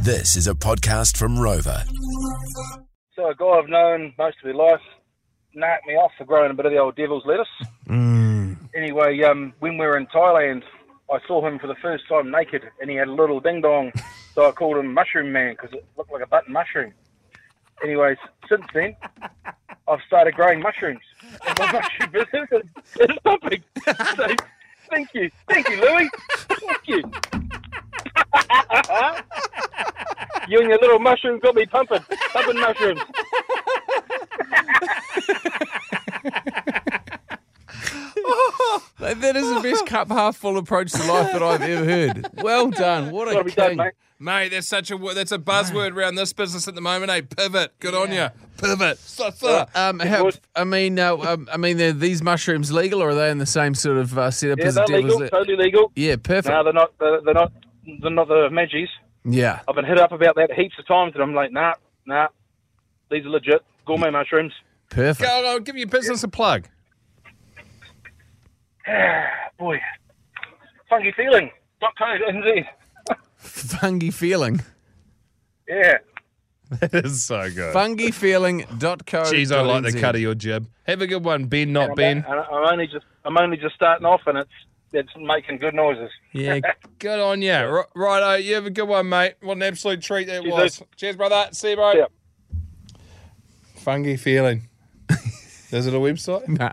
This is a podcast from Rover. So a guy I've known most of his life knocked me off for growing a bit of the old devil's lettuce. Anyway, um, when we were in Thailand, I saw him for the first time naked, and he had a little ding dong, so I called him Mushroom Man because it looked like a button mushroom. Anyways, since then, I've started growing mushrooms. And my mushroom business is- is pumping. So, thank you, thank you, Louis. Thank you. you and your little mushroom got me pumping, pumping mushrooms. Like, that is the best cup half full approach to life that I've ever heard. Well done. What a Gotta be done, king. mate. Mate, that's such a wo- that's a buzzword around this business at the moment. eh? pivot. Good on you. Pivot. So, so. Um, how, was- I mean, uh, um, I mean, are these mushrooms legal, or are they in the same sort of uh, setup Yeah, as the they're devil's? legal, le- totally legal. yeah, perfect. No, they're not. They're, they're not. They're not the Maggies. yeah, I've been hit up about that heaps of times, and I'm like, nah, nah. These are legit gourmet mushrooms. perfect. Go, on, give your business a plug. Boy, funky feeling. Dot NZ. Fungi feeling. Yeah. That is so good. Fungifeeling.co. Jeez, I like the cut of your jib. Have a good one, Ben, not Ben. And I'm only just. I'm only just starting off, and it's it's making good noises. Yeah, good on you. R- righto, you have a good one, mate. What an absolute treat that Cheers, was. dude. Cheers, brother. See you, bro. Yeah. Fungi feeling. is it a website? Nah.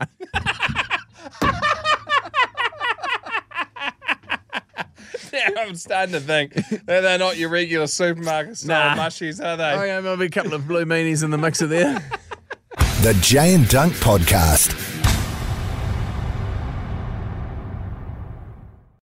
Yeah, I'm starting to think that they're not your regular supermarket style Nah. mushies, are they? Oh, yeah, maybe a couple of blue meanies in the mixer there. The Jay and Dunk Podcast.